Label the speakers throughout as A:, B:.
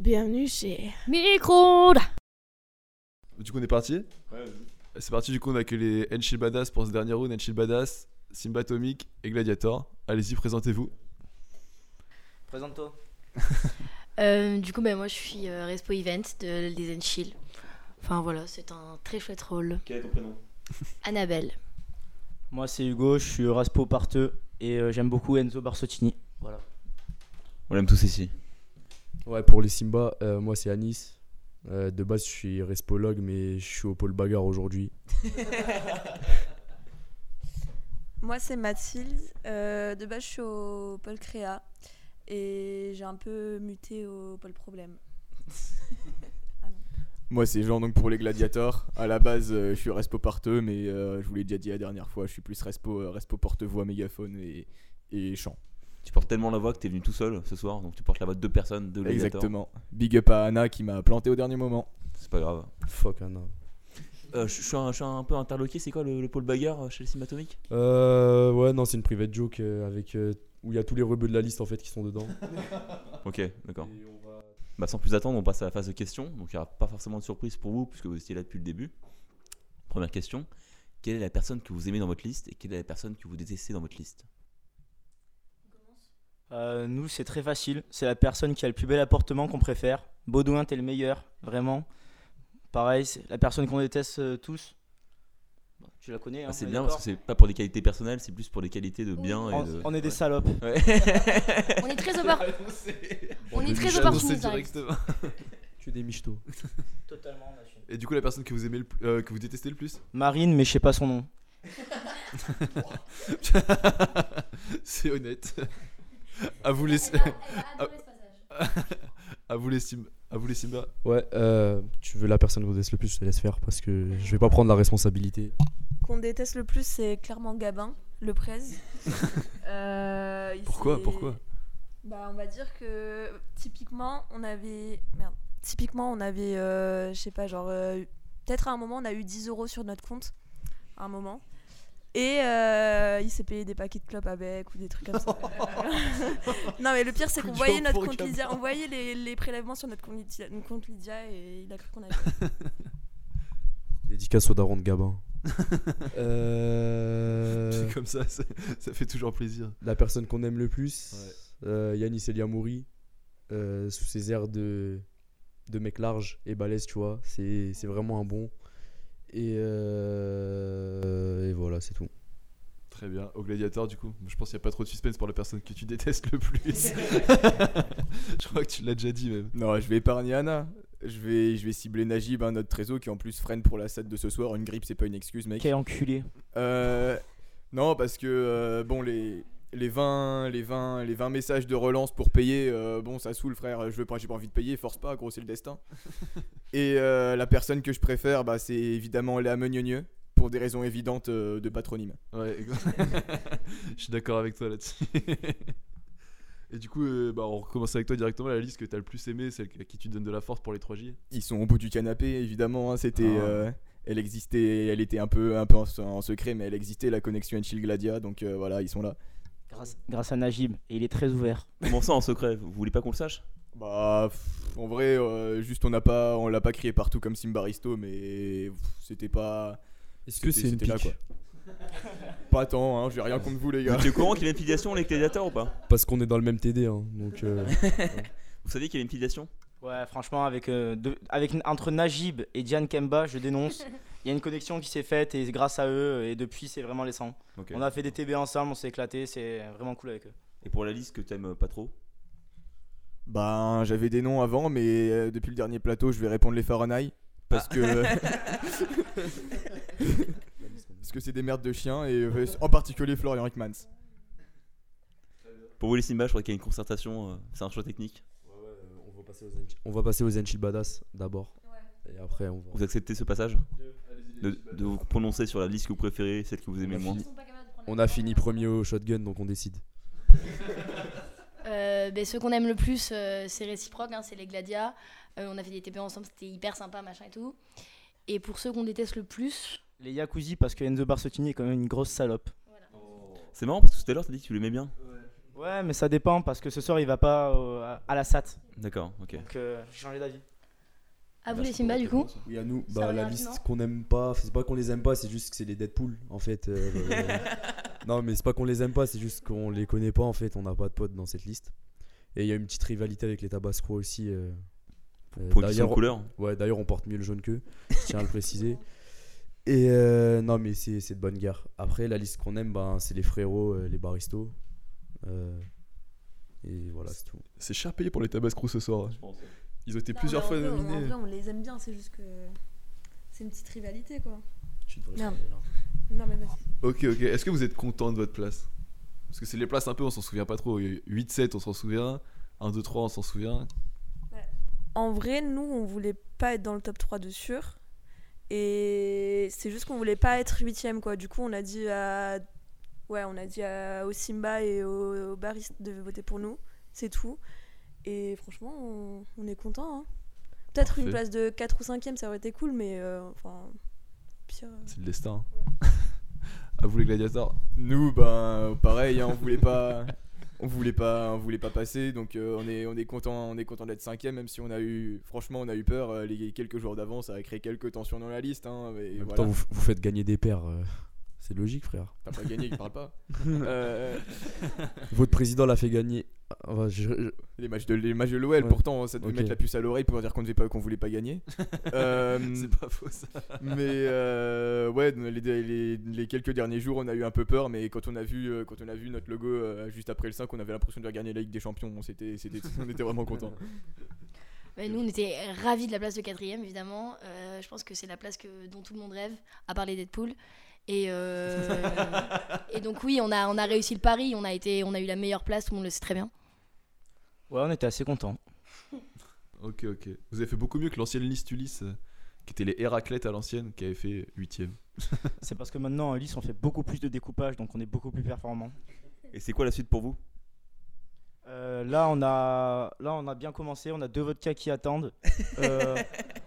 A: Bienvenue chez.
B: Micro-ondes
C: Du coup, on est parti C'est parti, du coup, on a que les Enchil Badass pour ce dernier round. Enchil Badass, Simba Atomic et Gladiator. Allez-y, présentez-vous.
D: Présente-toi.
B: Euh, Du coup, ben, moi je suis euh, Respo Event de Design Chill. Enfin voilà, c'est un très chouette rôle.
C: Quel est ton prénom
B: Annabelle.
D: Moi, c'est Hugo, je suis Raspo Parteux et euh, j'aime beaucoup Enzo Barsottini. Voilà.
E: On l'aime tous ici.
F: Ouais, pour les Simba, euh, moi c'est Anis. Euh, de base, je suis respologue, mais je suis au pôle bagarre aujourd'hui.
G: Moi, c'est Mathilde. Euh, de base, je suis au pôle créa et j'ai un peu muté au pôle problème.
H: Moi, c'est Jean, donc pour les gladiators. À la base, euh, je suis respo parteux, mais euh, je vous l'ai déjà dit la dernière fois, je suis plus respo, euh, respo porte-voix, mégaphone et, et chant.
E: Tu portes tellement la voix que t'es venu tout seul ce soir, donc tu portes la voix de deux personnes, de Gladiator.
H: Exactement. Big up à Anna qui m'a planté au dernier moment.
E: C'est pas grave.
F: Fuck, Anna.
E: Euh, je je suis un, je suis un peu interloqué, c'est quoi le, le pôle bagarre chez les Simatomiques
F: Euh, ouais, non, c'est une private joke euh, avec, euh, où il y a tous les rebeux de la liste en fait qui sont dedans.
E: Ok, d'accord. Bah, sans plus attendre, on passe à la phase de questions. Donc il n'y aura pas forcément de surprise pour vous, puisque vous étiez là depuis le début. Première question quelle est la personne que vous aimez dans votre liste et quelle est la personne que vous détestez dans votre liste
D: Euh, nous, c'est très facile. C'est la personne qui a le plus bel appartement qu'on préfère. Baudouin, t'es le meilleur, vraiment. Pareil, c'est la personne qu'on déteste euh, tous. Bon, tu la connais, hein,
E: Ah, C'est
D: on est
E: bien parce
D: d'accord
E: que c'est pas pour des qualités personnelles, c'est plus pour des qualités de bien et de.
D: On, on est des salopes.
E: Ouais.
B: On est très opportun. On est très
C: opportuniste
B: opportuniste. dans la vie.
F: Tu es des michetots.
D: Totalement,
C: Et du coup, la personne que vous aimez, le plus- euh, que vous détestez le plus
D: Marine, mais je sais pas son nom.
C: C'est honnête. à vous les. à vous les Sim- À vous les Simba.
F: Ouais, euh, tu veux la personne qu'on déteste le plus, je te laisse faire parce que je vais pas prendre la responsabilité.
G: Qu'on déteste le plus, c'est clairement Gabin, le presse.
C: Pourquoi Pourquoi
G: Bah, on va dire que typiquement, on avait. Merde. Typiquement, on avait, euh, je sais pas, genre. euh, Peut-être à un moment, on a eu 10 euros sur notre compte. À un moment. Et euh, il s'est payé des paquets de clopes avec ou des trucs comme ça. non, mais le pire, c'est
C: Coup
G: qu'on
C: dur
G: voyait notre
C: pour
G: compte
C: Gabin.
G: Lydia. On voyait les, les prélèvements sur notre compte Lydia, notre compte Lydia et il a cru qu'on avait.
F: Dédicace au daron de Gabin. Euh,
C: C'est comme ça, ça, ça fait toujours plaisir.
F: la personne qu'on aime le plus, euh, Yanis Eliamouri, euh, sous ses airs de, de mec large et balèze, tu vois. C'est c'est vraiment un bon. Et, euh, et voilà, c'est tout.
C: Très bien. Au gladiator, du coup, je pense qu'il n'y a pas trop de suspense pour la personne que tu détestes le plus. je crois que tu l'as déjà dit même.
H: Non, je vais épargner Anna. Je vais, je vais cibler Najib, hein, notre trésor qui en plus freine pour la set de ce soir. Une grippe, c'est pas une excuse, mec.
D: Quel enculé.
H: Euh, non, parce que euh, bon, les, les, 20, les, 20, les 20 messages de relance pour payer, euh, bon, ça saoule, frère. Je veux pas, j'ai pas envie de payer, force pas, gros, c'est le destin. Et euh, la personne que je préfère, bah, c'est évidemment Léa Meugnonieux, pour des raisons évidentes euh, de patronyme.
C: Ouais, ex- je suis d'accord avec toi là-dessus. Et du coup, euh, bah, on recommence avec toi directement. La liste que t'as le plus aimée, celle à qui tu donnes de la force pour les 3J.
H: Ils sont au bout du canapé, évidemment. hein, C'était,
C: Ah.
H: euh, elle existait, elle était un peu, un peu en, en secret, mais elle existait la connexion Enchil Gladia, donc euh, voilà, ils sont là.
D: Grâce, grâce à Najib. Et il est très ouvert.
E: Comment ça en secret Vous voulez pas qu'on le sache
H: Bah, pff, en vrai, euh, juste on n'a pas, on l'a pas crié partout comme Simbaristo, mais pff, c'était pas,
F: Est-ce
H: que c'est une pique pas tant. Hein, j'ai rien contre vous les
E: Vous
H: gars.
E: étiez au courant qu'il y avait une filiation, les gladiateurs ou pas
F: Parce qu'on est dans le même TD, hein, donc euh,
E: Vous saviez qu'il y avait une filiation
D: Ouais, franchement, avec, euh, de- avec, entre Najib et Diane Kemba, je dénonce. Il y a une connexion qui s'est faite et grâce à eux, et depuis, c'est vraiment laissant.
E: Ok.
D: On a fait des TB ensemble, on s'est éclaté, c'est vraiment cool avec eux.
E: Et pour la liste que t'aimes euh, pas trop
H: Bah, j'avais des noms avant, mais euh, depuis le dernier plateau, je vais répondre les Fahrenheit parce que. Parce que c'est des merdes de chiens, et euh, en particulier Florian Hickmans.
E: Pour vous les Simba, je crois qu'il y a une concertation, euh, c'est un choix technique.
F: on va passer aux Enchi- on va passer aux Enchi Badass d'abord. Et après, on va.
E: Vous acceptez ce passage de, de vous prononcer sur la liste que vous préférez, celle que vous aimez le moins.
F: On a fini premier au shotgun, donc on décide.
B: Euh, ben, ceux qu'on aime le plus, euh, c'est réciproque, hein, c'est les Gladia. Euh, on a fait des TP ensemble, c'était hyper sympa, machin et tout. Et pour ceux qu'on déteste le plus,
D: Les Yakuzi, parce que Enzo Barsottini est quand même une grosse salope.
E: C'est marrant parce que tout à l'heure t'as dit que tu l'aimais bien.
D: Ouais, mais ça dépend, parce que ce soir, il va pas euh, à- à la SAT.
E: D'accord, ok.
D: Donc, euh, j'ai changé d'avis.
B: À vous
E: Bah,
B: les Simba, du coup
F: Oui, à nous,
B: Ça
F: bah,
B: revient
F: la
B: rapidement.
F: liste qu'on aime pas, c'est pas qu'on les aime pas, c'est juste que c'est les Deadpool en fait. euh, euh, non, mais c'est pas qu'on les aime pas, c'est juste qu'on les connaît pas en fait, on n'a pas de potes dans cette liste. Et il y a une petite rivalité avec les Tabasco aussi. euh, euh,
E: Pour une question
F: d'ailleurs,
E: de couleur.
F: ouais, d'ailleurs, on porte mieux le jaune qu'eux, je tiens à le préciser. Et euh, non, mais c'est c'est de bonne guerre. Après, la liste qu'on aime, ben, c'est les frérots, euh, les baristos. euh, et voilà, c'est tout.
C: C'est cher payé pour les Tabasco ce soir. Ils ont été
G: Non,
C: plusieurs
G: mais en
C: fois
G: vrai, on- en
C: nominés.
G: vrai, on les aime bien, c'est juste que. C'est une petite rivalité, quoi.
F: Tu devrais
G: Merde.
F: changer, là.
G: Non, mais vas-y.
C: Ok, ok. Est-ce que vous êtes content de votre place Parce que c'est les places un peu, on s'en souvient pas trop. 8-7, on s'en souvient. 1, 2, 3, on s'en souvient.
G: En vrai, nous, on voulait pas être dans le top 3 de sûr. Et c'est juste qu'on voulait pas être huitième, quoi. Du coup, on a dit à... Ouais, on a dit à... au Simba et au, au Bariste de voter pour nous. C'est tout. Et franchement, on, on est content. hein. Peut-être une place
C: Parfait.
G: de 4 ou 5e, ça aurait été cool, mais euh, enfin... Pire... euh,
C: C'est le destin. hein. à vous les gladiateurs.
H: Nous, ben, pareil, hein, on voulait pas, on voulait pas, on voulait pas passer, donc euh, on est, on est content, on est content d'être cinquième, même si on a eu, franchement, on a eu peur. euh, les quelques jours d'avant, ça a créé quelques tensions dans la liste. Hein, mais
F: En même
H: voilà.
F: temps, vous, vous faites gagner des paires. euh, c'est logique, frère.
H: T'as pas gagné, qui parle pas. Euh,
F: Votre président l'a fait gagner. Ah, ouais, je- je-
H: les matchs de, les matchs de l'OL,
F: Ouais.
H: pourtant, ça devait
F: Ok.
H: mettre la puce à l'oreille pour dire qu'on ne devait pas, qu'on voulait pas gagner. Euh,
C: C'est pas faux ça.
H: mais euh, ouais, les, les- les quelques derniers jours, on a eu un peu peur, mais quand on a vu, euh, quand on a vu notre logo euh, juste après le 5, on avait l'impression de gagner la Ligue des Champions. On, s'était- c'était, on était vraiment contents.
B: Bah, Nous, on était ravis de la place de quatrième, évidemment. Euh, je pense que c'est la place que, dont tout le monde rêve, à part les Deadpool. Et, euh, et donc, oui, on a, on a réussi le pari, on a, été, on a eu la meilleure place, tout le monde le sait très bien.
D: Ouais, on était assez contents.
C: Ok, ok. Vous avez fait beaucoup mieux que l'ancienne liste Ulysse, euh, qui était les Héraclètes à l'ancienne, qui avait fait 8ème.
D: C'est parce que maintenant, en lice, on fait beaucoup plus de découpage, donc on est beaucoup plus performant.
E: Et c'est quoi la suite pour vous
D: Euh, là, on a, là, on a bien commencé. On a deux vodka qui attendent. Euh,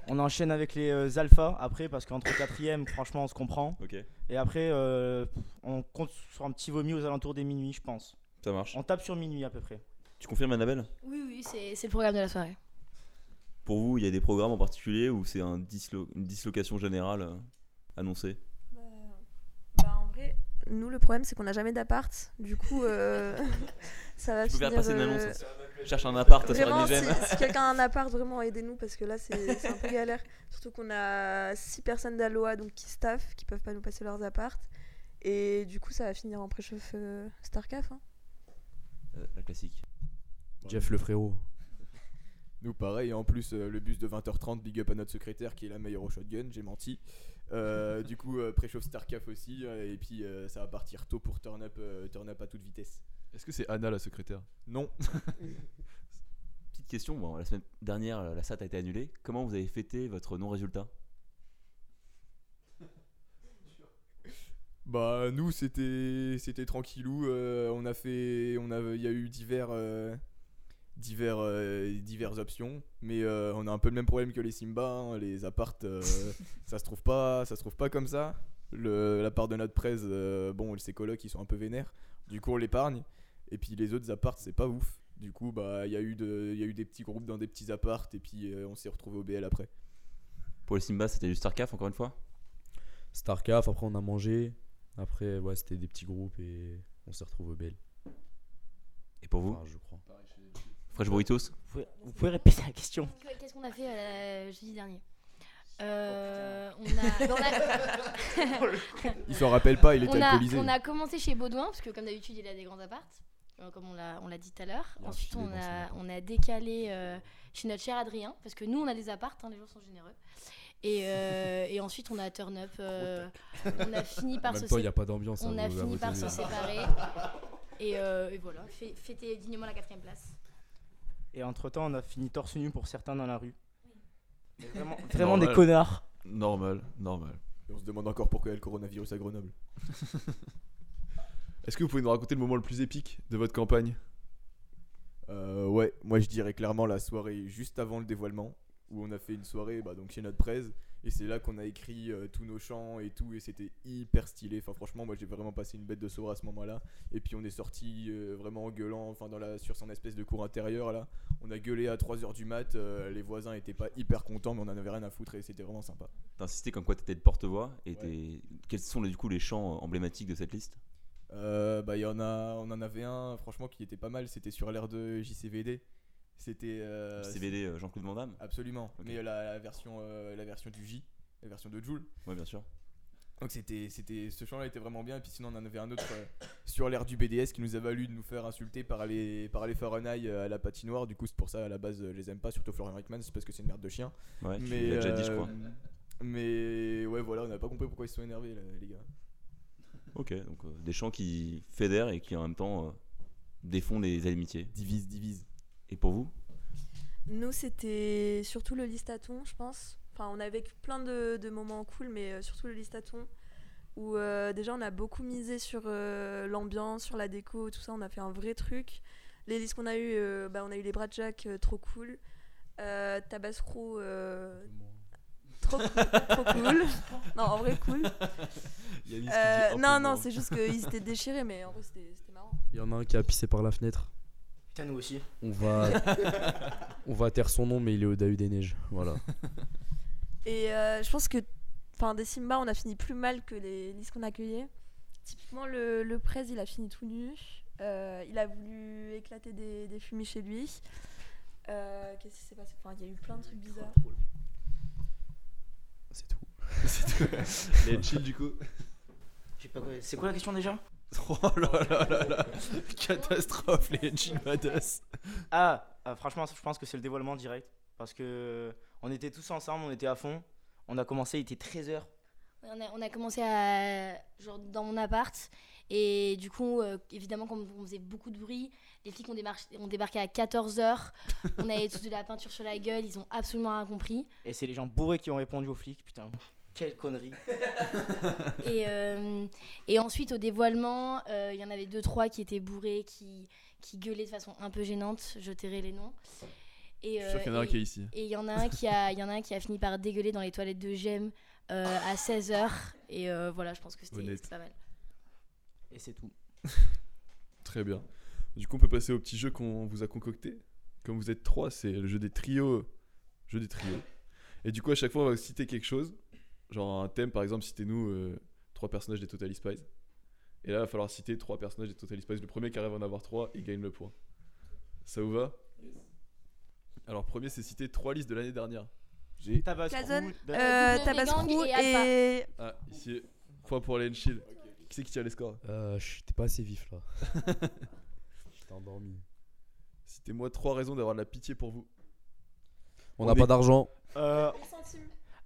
D: on enchaîne avec les euh, alphas après, parce qu'entre quatrième, franchement, on se comprend.
E: Ok,
D: Et après, euh, on compte sur un petit vomi aux alentours des minuit, je pense.
E: ça marche.
D: On tape sur minuit à peu près.
E: Tu confirmes, Annabelle
B: Oui, oui, c'est c'est le programme de la soirée.
E: Pour vous, il y a des programmes en particulier ou c'est un dislo- une dislocation générale euh, annoncée
G: Bah, bah, en vrai, nous le problème c'est qu'on n'a jamais d'appart. Du coup, euh, ça va
E: Je peux faire
G: finir,
E: passer une
G: euh,
E: annonce. hein. Cherche un appart, ça sera
G: Vraiment,
E: des
G: si,
E: gemmes.
G: si quelqu'un a un appart, vraiment aidez-nous parce que là c'est c'est un peu galère. Surtout qu'on a six personnes d'Aloha donc qui staff, qui peuvent pas nous passer leurs apparts. Et du coup, ça va finir en préchauffe euh, Starcaf. hein.
E: Euh, La classique.
F: Jeff le frérot.
H: Nous, pareil, en plus, euh, le bus de 20h30, big up à notre secrétaire qui est la meilleure au shotgun, j'ai menti. Euh, du coup, euh, préchauffe Starcaf aussi, euh, et puis euh, ça va partir tôt pour turn up, euh, turn up à toute vitesse.
C: Est-ce que c'est Anna la secrétaire
H: Non,
E: Petite question, bon, la semaine dernière, euh, la SAT a été annulée. Comment vous avez fêté votre non-résultat
H: bah nous, c'était c'était tranquillou. euh, on a fait, on a, il y a eu divers, euh, divers, euh, diverses options, mais euh, on a un peu le même problème que les Simba, hein, les appartes, euh, ça se trouve pas, ça se trouve pas comme ça. Le, la part de notre presse, euh, bon, ses colocs, ils sont un peu vénères. Du coup, on l'épargne. Et puis les autres appartes, c'est pas ouf. Du coup, bah, il y, a eu de- il y a eu des petits groupes dans des petits appartes et puis euh, on s'est retrouvé au BL après.
E: Pour le Simba, c'était du StarCaf encore une fois
F: Starcraft, après on a mangé. Après, ouais, c'était des petits groupes et on s'est retrouvé au Bel.
E: Et pour
H: Ah.
E: vous
F: Enfin, je crois.
E: Fresh Burritos
D: Vous pouvez, vous pouvez répéter la question
B: Qu'est-ce qu'on a fait euh, jeudi dernier Euh, on, a, dans la-
H: Il s'en rappelle pas, il
B: on,
H: était
B: a,
H: alcoolisé.
B: on a commencé chez Baudouin, parce que comme d'habitude, il a des grands appartes, euh, comme on l'a on l'a dit tout à l'heure.
F: Il y a un
B: Ensuite,
F: filet
B: on
F: dans son
B: a,
F: appart.
B: on a décalé euh, chez notre cher Adrien, parce que nous, on a des appartes, hein, les gens sont généreux. Et, euh, et ensuite, on a turn up. euh, on a fini
F: En
B: par se
F: même temps, il n'y
B: sé-
F: a pas d'ambiance.
B: on
F: hein,
B: a
F: vous- à
B: fini
F: votre
B: par
F: avis.
B: se séparer. Et, euh, et voilà, fê- fêter dignement la quatrième place.
D: Et entre temps, on a fini torse nu pour certains dans la rue. Mais Vraiment, vraiment
C: Normal.
D: des connards.
C: Normal, normal.
H: Et on se demande encore pourquoi il y a le coronavirus à Grenoble.
C: Est-ce que vous pouvez nous raconter le moment le plus épique de votre campagne
H: Euh, ouais, moi je dirais clairement la soirée juste avant le dévoilement où on a fait une soirée bah, donc chez notre presse. Et c'est là qu'on a écrit euh, tous nos chants et tout, et c'était hyper stylé. Enfin, franchement, moi j'ai vraiment passé une bête de soirée à ce moment-là. Et puis on est sorti euh, vraiment en gueulant, enfin, dans la, sur son espèce de cour intérieure là. On a gueulé à 3h du mat, euh, les voisins étaient pas hyper contents, mais on en avait rien à foutre et c'était vraiment sympa.
E: T'as insisté comme quoi t'étais le porte-voix. Et
H: Ouais.
E: t'es- Quels sont les- du coup les chants euh, emblématiques de cette liste
H: Euh, bah, il y en a, on en avait un, franchement, qui était pas mal, c'était sur l'air de JCVD. C'était. euh,
E: CVD euh, Jean-Claude Van Damme
H: Absolument.
E: Ok.
H: Mais la, la version, euh, la version du J, la version de Joule.
E: Ouais, bien sûr.
H: Donc c'était, c'était, ce chant-là était vraiment bien. Et puis sinon, on en avait un autre euh, sur l'ère du BDS qui nous a valu de nous faire insulter par les, par les Fahrenheit euh, à la patinoire. Du coup, c'est pour ça à la base, euh, je les aime pas, surtout Florian Rickman, c'est parce que c'est une merde de chien.
E: Ouais, Ah, tu
H: mais
E: l'as déjà dit, je
H: euh,
E: crois.
H: Mais ouais, voilà, on n'a pas compris pourquoi ils se sont énervés, là, les gars.
E: Ok, donc euh, des chants qui fédèrent et qui en même temps euh, défont les amitiés.
H: Divise, divise.
E: Et pour vous
G: Nous, c'était surtout le listaton, je pense. Enfin, on a vécu plein de, de moments cool, mais euh, surtout le listaton, où euh, déjà on a beaucoup misé sur euh, l'ambiance, sur la déco, tout ça. On a fait un vrai truc. Les listes qu'on a eu, bah, on a eu les bras de Jacques, euh, trop cool. Euh, Tabasco, euh, trop, cool, trop cool. Non, en vrai, cool. Euh, non, non, c'est juste qu'ils étaient déchirés, mais en vrai, c'était c'était marrant.
F: Il y en a un qui a pissé par la fenêtre.
D: Putain, nous aussi.
F: On va, on va taire son nom, mais il est au Dahu des Neiges. Voilà.
G: Et euh, je pense que, enfin, des Simba, on a fini plus mal que les listes qu'on accueillait. Typiquement, le, le presse, il a fini tout nu. Euh, il a voulu éclater des, des fumées chez lui. Euh, Qu'est-ce qui s'est passé Enfin, il y a eu plein de trucs bizarres.
F: C'est tout.
C: Les chill du coup.
D: J'ai pas- C'est quoi la question déjà
C: Oh là là là là. Catastrophe les chill badass.
D: Ah, ah, franchement, je pense que c'est le dévoilement direct. Parce que euh, on était tous ensemble, on était à fond. On a commencé, il était 13h.
B: Ouais, On a, on a commencé à, genre, dans mon appart. Et du coup, euh, évidemment, comme on faisait beaucoup de bruit, les flics ont, démarché- ont débarqué à 14h. on avait tous de la peinture sur la gueule. Ils ont absolument rien compris.
D: Et c'est les gens bourrés qui ont répondu aux flics. Putain, quelle connerie.
B: Et, euh, et ensuite, au dévoilement, euh, il y en avait deux, trois qui étaient bourrés, qui, qui gueulaient de façon un peu gênante. Je tairai les noms. Et,
C: Je suis sûr
B: euh,
C: qu'il y en a un
B: et-
C: qui est ici.
B: et il y en a un qui a, il y en a un qui a fini par dégueuler dans les toilettes de Gem euh, à 16h. Et euh, voilà, je pense que c'était
C: Honnête.
B: c'était pas mal.
D: Et c'est tout.
C: Très bien. Du coup, on peut passer au petit jeu qu'on vous a concocté. Comme vous êtes trois, c'est le jeu des trios. Jeu des trios. Et du coup, à chaque fois, on va citer quelque chose. Genre un thème, par exemple, citez-nous euh, trois personnages des Total Spies. Et là, il va falloir citer trois personnages des Total Spies. Le premier qui arrive à en avoir trois, il gagne le point. Ça vous va Alors, premier, c'est citer trois listes de l'année dernière.
H: J'ai.
D: Tabasco.
G: Jason,
D: Dan-
G: Euh,
B: Double
G: Tabasco
B: Gang et
G: et.
C: Ah, ici, point pour les Chill. Qui c'est qui tire les scores
F: Euh, J'étais pas assez vif là. J'étais endormi.
C: Citez-moi trois raisons d'avoir de la pitié pour vous.
F: On
C: On
F: n'a
C: est-
F: pas d'argent.
D: euh,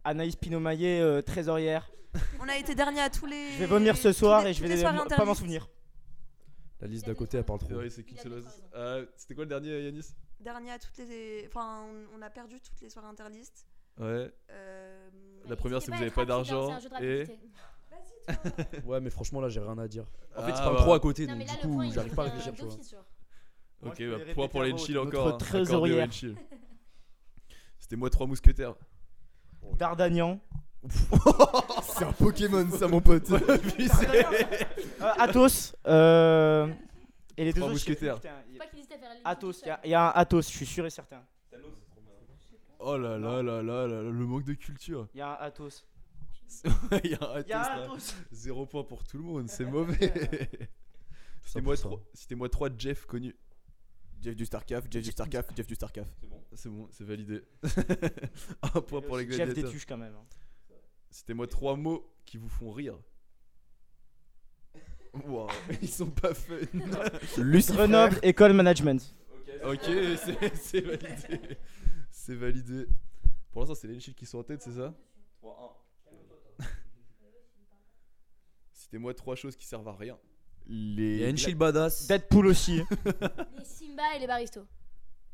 D: Anaïs Pinomaillet, euh, trésorière.
G: On a été dernier à tous les.
D: Je vais vomir ce
G: toutes
D: soir
G: les-
D: et je
G: toutes
D: vais
G: les soirées
D: pas m'en
G: interdites.
D: souvenir.
F: La liste d'à côté, elle parle trop.
C: Ouais, c'est qu'une
B: Il a
C: seule
B: fait
C: raison.
B: trois
C: Ah, C'était quoi le dernier, Yanis
G: Dernier à toutes les. Enfin, on, on a perdu toutes les soirées interlistes.
C: Ouais.
G: Euh,
C: La première,
B: N'hésitez
C: c'est que vous
B: à
C: avez
B: être
C: pas
B: rapide, hein,
C: d'argent
B: c'est un jeu de
C: et-
B: rapidité.
G: Vas-y, toi.
F: Ouais, mais franchement, là, j'ai rien à dire. En fait,
C: Ah,
F: c'est pas
C: bah.
F: trop à côté,
B: Non, mais
F: donc
B: là, le
F: du
B: point,
F: coup,
B: il hein,
F: j'arrive pas à
B: revient
F: réfléchir, tu vois.
B: d'office, genre.
D: Moi,
C: Ok,
D: je
C: bah,
D: vais
C: point
D: répéter
C: pour
D: à
C: les
D: voix haute.
C: chill
D: Notre
C: encore. hein. Accordé
D: trésorière.
C: aux chill. C'était moi trois mousquetaires.
D: Dardagnan.
H: C'est un Pokémon, ça, mon pote.
D: Euh, Athos. euh, et les deux
C: Trois
D: autres. je-
C: mousquetaires.
D: putain, il y
B: Faut
D: a-
B: pas qu'il hésite à faire la liste
D: Athos,
B: tout
D: il y
B: seul.
D: a- il y, a un Athos, je suis sûr et certain.
C: Oh là là là là là, là, le manque de culture.
D: Il y a un Athos.
C: Il y a un
D: Il y a
C: Athos,
D: un
C: là.
D: Athos. Euh,
C: Zéro point pour tout le monde, c'est mauvais. C'était moi
F: 100%.
C: trois. C'était moi trois Jeff connus.
H: Jeff du Starcraft, Jeff du Starcraft, Jeff du Starcraft.
C: C'est bon, c'est validé. un point pour les
D: Jeff
C: gladiateurs.
D: Détuche quand même. hein.
C: C'était moi trois mots qui vous font rire. Waouh, ils sont pas fun.
D: Grenoble, école management.
C: ok, c'est- c'est validé. C'est validé. Pour l'instant, c'est les Chill qui sont en tête, c'est ça C'était moi trois choses qui servent à rien.
F: Il y a
H: Les.
F: une chill badass.
D: Deadpool aussi.
B: Les Simba et les Baristos.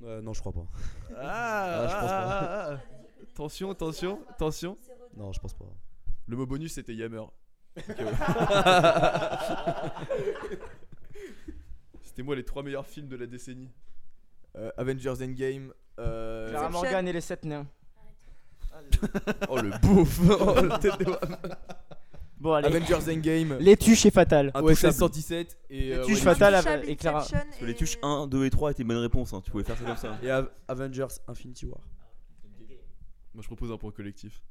F: Euh, non, je crois pas.
C: Ah,
F: Ah, je pense
C: ah, ah, ah. Tension, tension, tension.
F: Non, je pense pas.
C: Le mot bonus c'était Yammer. Ok, ouais. c'était moi les trois meilleurs films de la décennie.
H: Euh, Avengers Endgame. euh,
D: Clara
G: Inception.
D: Morgan et les 7 nains.
H: Oh le bouffe Oh, la tête de-
D: Bon,
C: Ah,
D: allez.
H: Avengers Endgame,
D: Les tuches et fatale.
H: OSS 117 et. euh,
D: tuches
H: ouais,
D: fatales. Fatal
G: Intouchable,
D: avec- avec Clara.
G: Inception
E: Parce que les
G: et-
E: tuches 1, 2 et 3 étaient une bonne réponse. hein. Tu pouvais faire ça comme ça.
F: Et Av- Avengers Infinity War.
C: Moi, je propose un point collectif.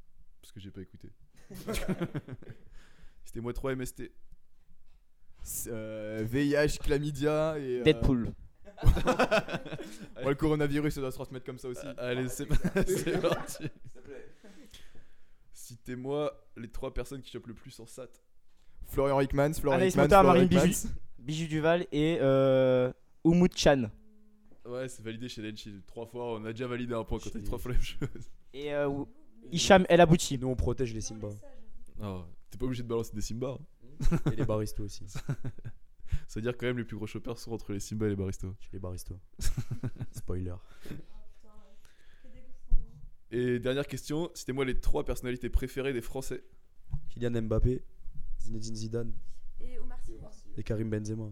C: Parce que j'ai pas écouté. C'était moi 3 MST.
H: c'est, euh, VIH, chlamydia et. euh,
D: Deadpool.
H: ouais, le coronavirus, ça doit se transmettre comme ça aussi.
C: Allez, c'est c'est parti. Citez-moi les trois personnes qui chopent le plus en SAT.
H: Florian Hickmans, Florian
D: Anaïs
H: Hickmans,
D: Montard,
H: Florian
D: Marine
H: Hickmans.
D: Bijou. Bijou Duval et euh, Umut Chan.
C: Ouais, c'est validé chez Lenchi. Trois fois, on a déjà validé un point quand t'as
F: Chez-
C: dit trois fois la même chose.
D: Et euh, Hicham El Abouchi.
F: Nous, on protège les Simba.
C: Non, t'es pas obligé de balancer des Simba. hein.
F: Et les baristos aussi.
C: Ça veut dire quand même les plus gros shoppers sont entre les Simba et les baristas.
F: Chez les baristos. Spoiler.
C: Et dernière question, citez-moi les trois personnalités préférées des Français.
F: Kylian Mbappé, Zinedine Zidane
G: Et Omar Sy.
F: et Karim Benzema.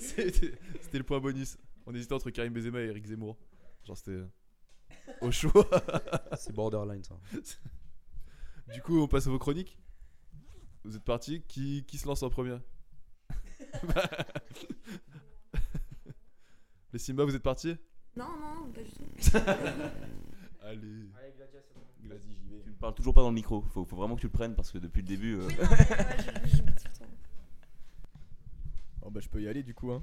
C: C'était c'était le point bonus. On hésitait entre Karim Benzema et Eric Zemmour. Genre c'était euh, au choix.
F: C'est borderline ça.
C: Du coup, on passe à vos chroniques. Vous êtes partis. Qui, qui se lance en premier Les Simba, vous êtes partis
G: Non, non, pas du tout.
C: Allez.
E: Tu ne parles toujours pas dans le micro. Faut, faut vraiment que tu le prennes parce que depuis le début. euh,
G: Oui, non, mais ouais, je- je- je-
H: Oh bah je peux y aller du coup hein.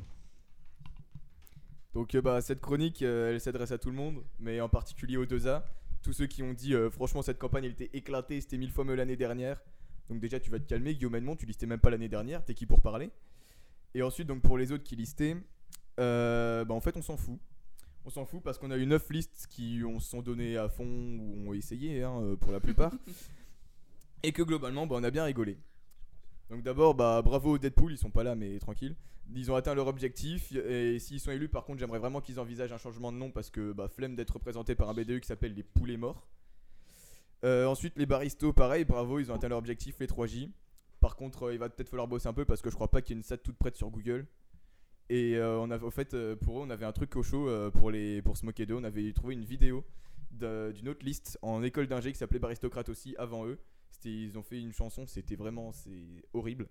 H: Donc euh, bah cette chronique euh, elle s'adresse à tout le monde mais en particulier aux deux A, tous ceux qui ont dit euh, franchement cette campagne elle était éclatée, c'était mille fois mieux l'année dernière. Donc déjà tu vas te calmer Guillaume Edmond, tu listais même pas l'année dernière, t'es qui pour parler Et ensuite donc pour les autres qui listaient euh, bah en fait on s'en fout. On s'en fout parce qu'on a eu 9 listes qui ont se sont données à fond ou ont essayé hein, euh, pour la plupart. Et que globalement bah, on a bien rigolé. Donc d'abord bah bravo aux Deadpool, ils sont pas là mais tranquille ils ont atteint leur objectif et s'ils sont élus par contre j'aimerais vraiment qu'ils envisagent un changement de nom parce que bah, flemme d'être représenté par un BDE qui s'appelle les poulets morts. Euh, ensuite les baristos pareil bravo ils ont atteint leur objectif les 3J. Par contre euh, il va peut-être falloir bosser un peu parce que je crois pas qu'il y ait une stat toute prête sur Google. Et euh, on avait, au fait euh, pour eux on avait un truc au chaud euh, pour, les, pour se moquer d'eux on avait trouvé une vidéo d'un- d'une autre liste en école d'ingé qui s'appelait Baristocrate aussi avant eux. C'était- Ils ont fait une chanson c'était vraiment c'est horrible.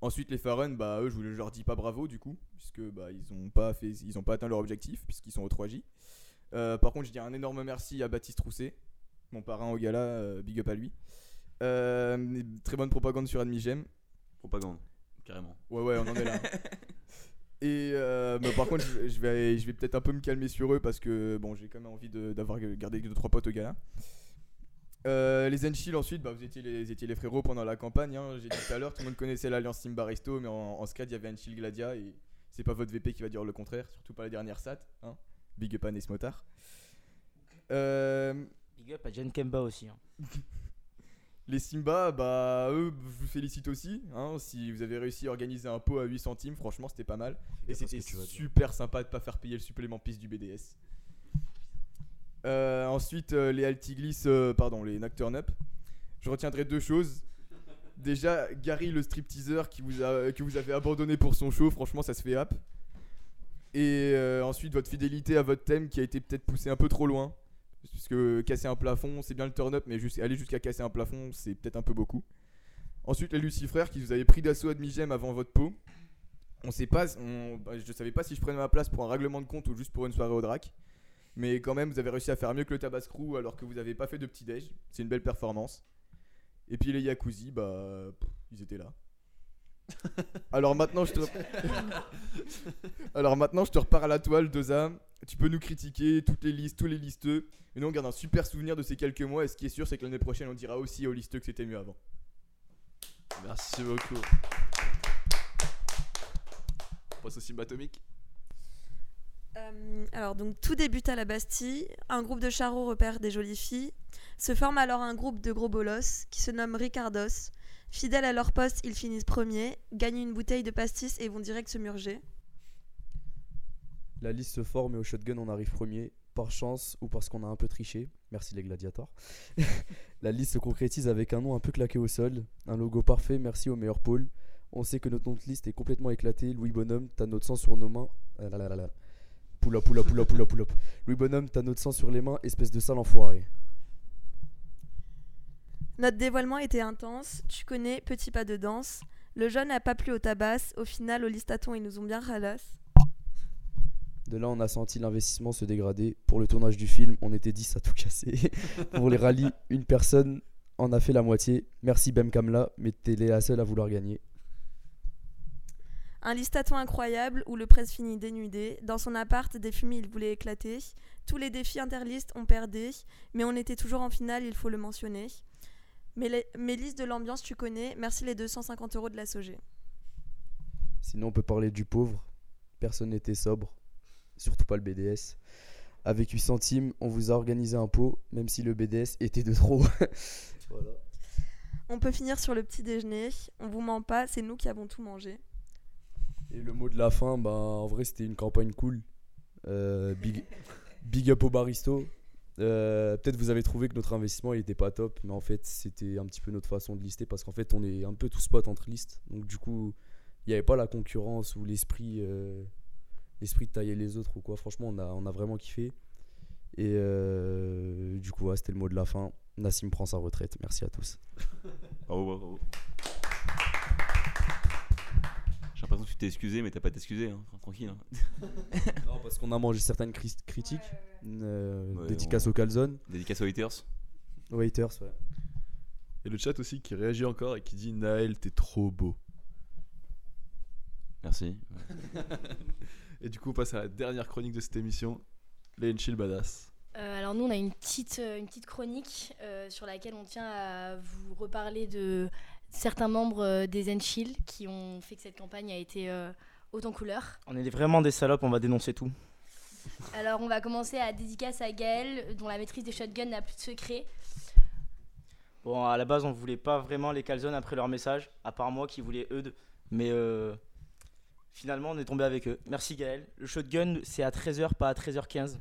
H: Ensuite, les Farren, bah eux, je vous- je leur dis pas bravo du coup, puisque bah ils ont pas fait, ils ont pas atteint leur objectif puisqu'ils sont au 3J. Euh, par contre, je dis un énorme merci à Baptiste Rousset, mon parrain au gala, euh, big up à lui. Euh, très bonne propagande sur Admi J'aime.
E: propagande. Carrément.
H: Ouais, ouais, on en est là. Et euh, bah, par contre, je je vais, je vais peut-être un peu me calmer sur eux parce que bon, j'ai quand même envie de- d'avoir gardé deux trois potes au gala. Euh, les Enchil ensuite, bah, vous, étiez les, vous étiez les frérots pendant la campagne. hein. J'ai dit tout à l'heure, tout le monde connaissait l'alliance Simbaristo, mais en, en scred il y avait Enchil Gladia et c'est pas votre VP qui va dire le contraire, surtout pas la dernière SAT. Hein. Big up à Ness Motard. Euh,
D: Big up à Jen Kemba aussi. hein.
H: les Simba, bah eux, je vous félicite aussi. hein. si vous avez réussi à organiser un pot à 8 centimes, franchement, c'était pas mal. Et c'était super sympa de pas faire payer le supplément piste du BDS. Euh, ensuite, euh, les Altiglis, euh, pardon, les Nocturne Up. Je retiendrai deux choses. Déjà, Gary le stripteaser qui vous a, que vous avez abandonné pour son show, franchement, ça se fait hap. Et euh, ensuite, votre fidélité à votre thème qui a été peut-être poussée un peu trop loin. Parce que casser un plafond, c'est bien le turn-up, mais juste, aller jusqu'à casser un plafond, c'est peut-être un peu beaucoup. Ensuite, les Lucifrères qui vous avez pris d'assaut à demi-gemme avant votre peau. On sait pas, on- bah, je savais pas si je prenais ma place pour un règlement de compte ou juste pour une soirée au drac. Mais quand même, vous avez réussi à faire mieux que le Tabascrew alors que vous n'avez pas fait de petit-déj. C'est une belle performance. Et puis les Yakuzi, bah, pff, ils étaient là. alors maintenant, je te. alors maintenant, je te repars à la toile, Doza. Tu peux nous critiquer, toutes les listes, tous les listeux. Mais nous, on garde un super souvenir de ces quelques mois. Et ce qui est sûr, c'est que l'année prochaine, on dira aussi aux listeux que c'était mieux avant.
C: Merci beaucoup. On passe au Simba Atomique.
G: Euh, alors donc tout débute à la Bastille, un groupe de charros repère des jolies filles, se forme alors un groupe de gros bolos qui se nomme Ricardos. Fidèles à leur poste, ils finissent premiers, gagnent une bouteille de pastis et vont direct se murger.
F: La liste se forme et au shotgun on arrive premier. Par chance ou parce qu'on a un peu triché. Merci les gladiators. la liste se concrétise avec un nom un peu claqué au sol. Un logo parfait, merci au meilleur pôle. On sait que notre nom de liste est complètement éclaté. Louis Bonhomme, t'as notre sang sur nos mains. Ah là là là là. Pull up, pull up, pull up, pull up, pull up. Louis Bonhomme, t'as notre sang sur les mains, espèce de sale enfoiré.
G: Notre dévoilement était intense, tu connais, petit pas de danse. Le jeune n'a pas plu au tabas, au final, au listaton, ils nous ont bien ralasse.
F: De là, on a senti l'investissement se dégrader. Pour le tournage du film, on était 10 à tout casser. Pour les rallyes, une personne en a fait la moitié. Merci Bem Kamla, mais t'es la seule à vouloir gagner.
G: Un listaton incroyable où le presse finit dénudé. Dans son appart, des fumées, il voulait éclater. Tous les défis interlistes ont perdu, mais on était toujours en finale, il faut le mentionner. Mais les- Mélisse de l'ambiance, tu connais. Merci les 250 euros de la SOG.
F: Sinon, on peut parler du pauvre. Personne n'était sobre, surtout pas le BDS. Avec 8 centimes, on vous a organisé un pot, même si le BDS était de trop. voilà.
G: On peut finir sur le petit déjeuner. On vous ment pas, c'est nous qui avons tout mangé.
F: Et le mot de la fin, bah, en vrai, c'était une campagne cool. Euh, big, big up au baristo. Euh, Peut-être vous avez trouvé que notre investissement il était pas top, mais en fait c'était un petit peu notre façon de lister parce qu'en fait on est un peu tous potes entre listes. Donc du coup il n'y avait pas la concurrence ou l'esprit euh, l'esprit de tailler les autres ou quoi. Franchement on a, on a vraiment kiffé. Et euh, du coup voilà, c'était le mot de la fin. Nassim prend sa retraite. Merci à tous.
E: Bravo, bravo, bravo. J'ai l'impression que tu t'es excusé, mais t'as pas t'excusé, hein. tranquille. hein.
F: Non parce qu'on a mangé certaines cris- critiques. Euh,
E: Ouais,
F: dédicace
E: on-
F: au calzone.
E: Dédicace aux haters.
F: Waiters ouais.
C: Et le chat aussi qui réagit encore et qui dit Naël, t'es trop beau.
E: Merci.
C: Et du coup, on passe à la dernière chronique de cette émission les Chill Badass.
B: Euh, alors nous, on a une petite, euh, une petite chronique euh, sur laquelle on tient à vous reparler de certains membres euh, des Enchill qui ont fait que cette campagne a été euh, haute en couleur.
D: On est vraiment des salopes, on va dénoncer tout.
B: Alors on va commencer à dédicace à Gaël, dont la maîtrise des shotguns n'a plus de secret.
D: Bon, à la base, on voulait pas vraiment les calzones après leur message, à part moi qui voulais eux deux. Mais euh, finalement, on est tombé avec eux. Merci Gaël. Le shotgun, c'est à 13h, pas à 13h15.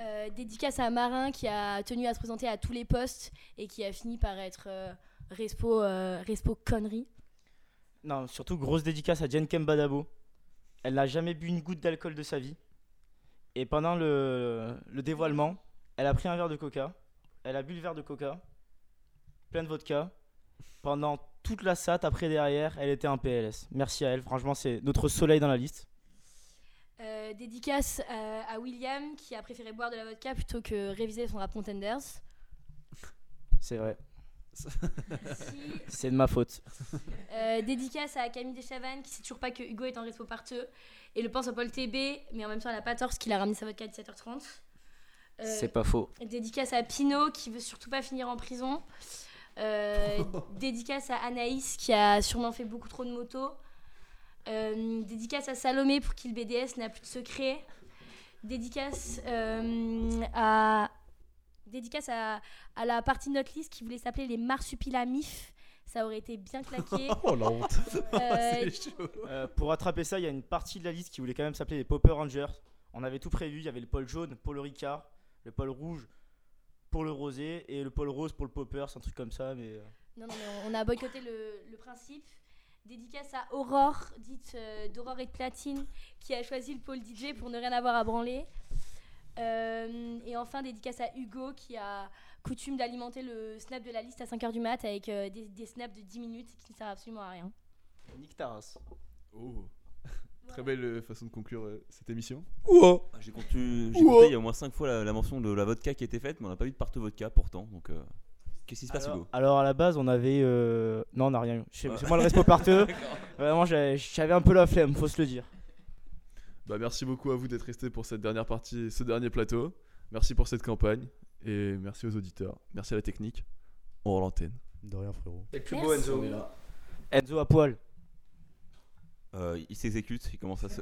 B: Euh, dédicace à Marin qui a tenu à se présenter à tous les postes et qui a fini par être euh, respo, euh, respo connerie.
D: Non, surtout grosse dédicace à Jen Badabo. Elle n'a jamais bu une goutte d'alcool de sa vie. Et pendant le, le dévoilement, elle a pris un verre de coca. Elle a bu le verre de coca, plein de vodka. Pendant toute la SAT, après derrière, elle était un PLS. Merci à elle, franchement, c'est notre soleil dans la liste.
B: Euh, dédicace euh, à William qui a préféré boire de la vodka plutôt que réviser son rap Contenders.
D: C'est vrai,
B: Si,
D: c'est de ma faute.
B: Euh, dédicace à Camille Deschavannes qui sait toujours pas que Hugo est en resto parteux et le pense à Paul TB mais en même temps elle a pas tort parce qu'il a ramené sa vodka à 17h30. Euh,
D: C'est pas faux.
B: Dédicace à Pino qui veut surtout pas finir en prison. Euh, dédicace à Anaïs qui a sûrement fait beaucoup trop de motos. Euh, dédicace à Salomé pour qui le BDS n'a plus de secret. Dédicace euh, à dédicace à, à la partie de notre liste qui voulait s'appeler les marsupilamif. Ça aurait été bien claqué.
F: Oh la honte.
B: Euh,
D: Euh, pour rattraper ça, il y a une partie de la liste qui voulait quand même s'appeler les Popper Rangers. On avait tout prévu, il y avait le pôle jaune pour le Ricard, le pôle rouge pour le rosé et le pôle rose pour le Popper, c'est un truc comme ça. Mais euh,
B: Non, non, mais on- on a boycotté le, le principe. Dédicace à Aurore, dite euh, d'Aurore et de Platine, qui a choisi le pôle DJ pour ne rien avoir à branler. Euh, et enfin, dédicace à Hugo, qui a coutume d'alimenter le snap de la liste à 5h du mat avec euh, des, des snaps de 10 minutes qui ne servent absolument à rien.
D: Nick Taras.
C: Oh. Très belle euh, façon de conclure euh, cette émission.
E: Ah, J'ai compté, j'ai compté il y a au moins 5 fois la, la mention de la vodka qui a été faite, mais on n'a pas eu de partout vodka pourtant. Donc, euh, qu'est-ce qui se passe,
D: Alors,
E: Hugo
D: alors à la base, on avait. euh, Non, on n'a rien eu. C'est
E: Ouais.
D: c'est moi le respo parteux. Vraiment, j'avais j'avais un peu la flemme, faut se le dire.
C: Bah, merci beaucoup à vous d'être restés pour cette dernière partie, ce dernier plateau. Merci pour cette campagne et merci aux auditeurs. Merci à la technique. On rend l'antenne.
F: De rien frérot.
D: C'est le
B: plus beau, Merci. Enzo.
D: Enzo à poil.
E: Euh, Il s'exécute, il commence à se.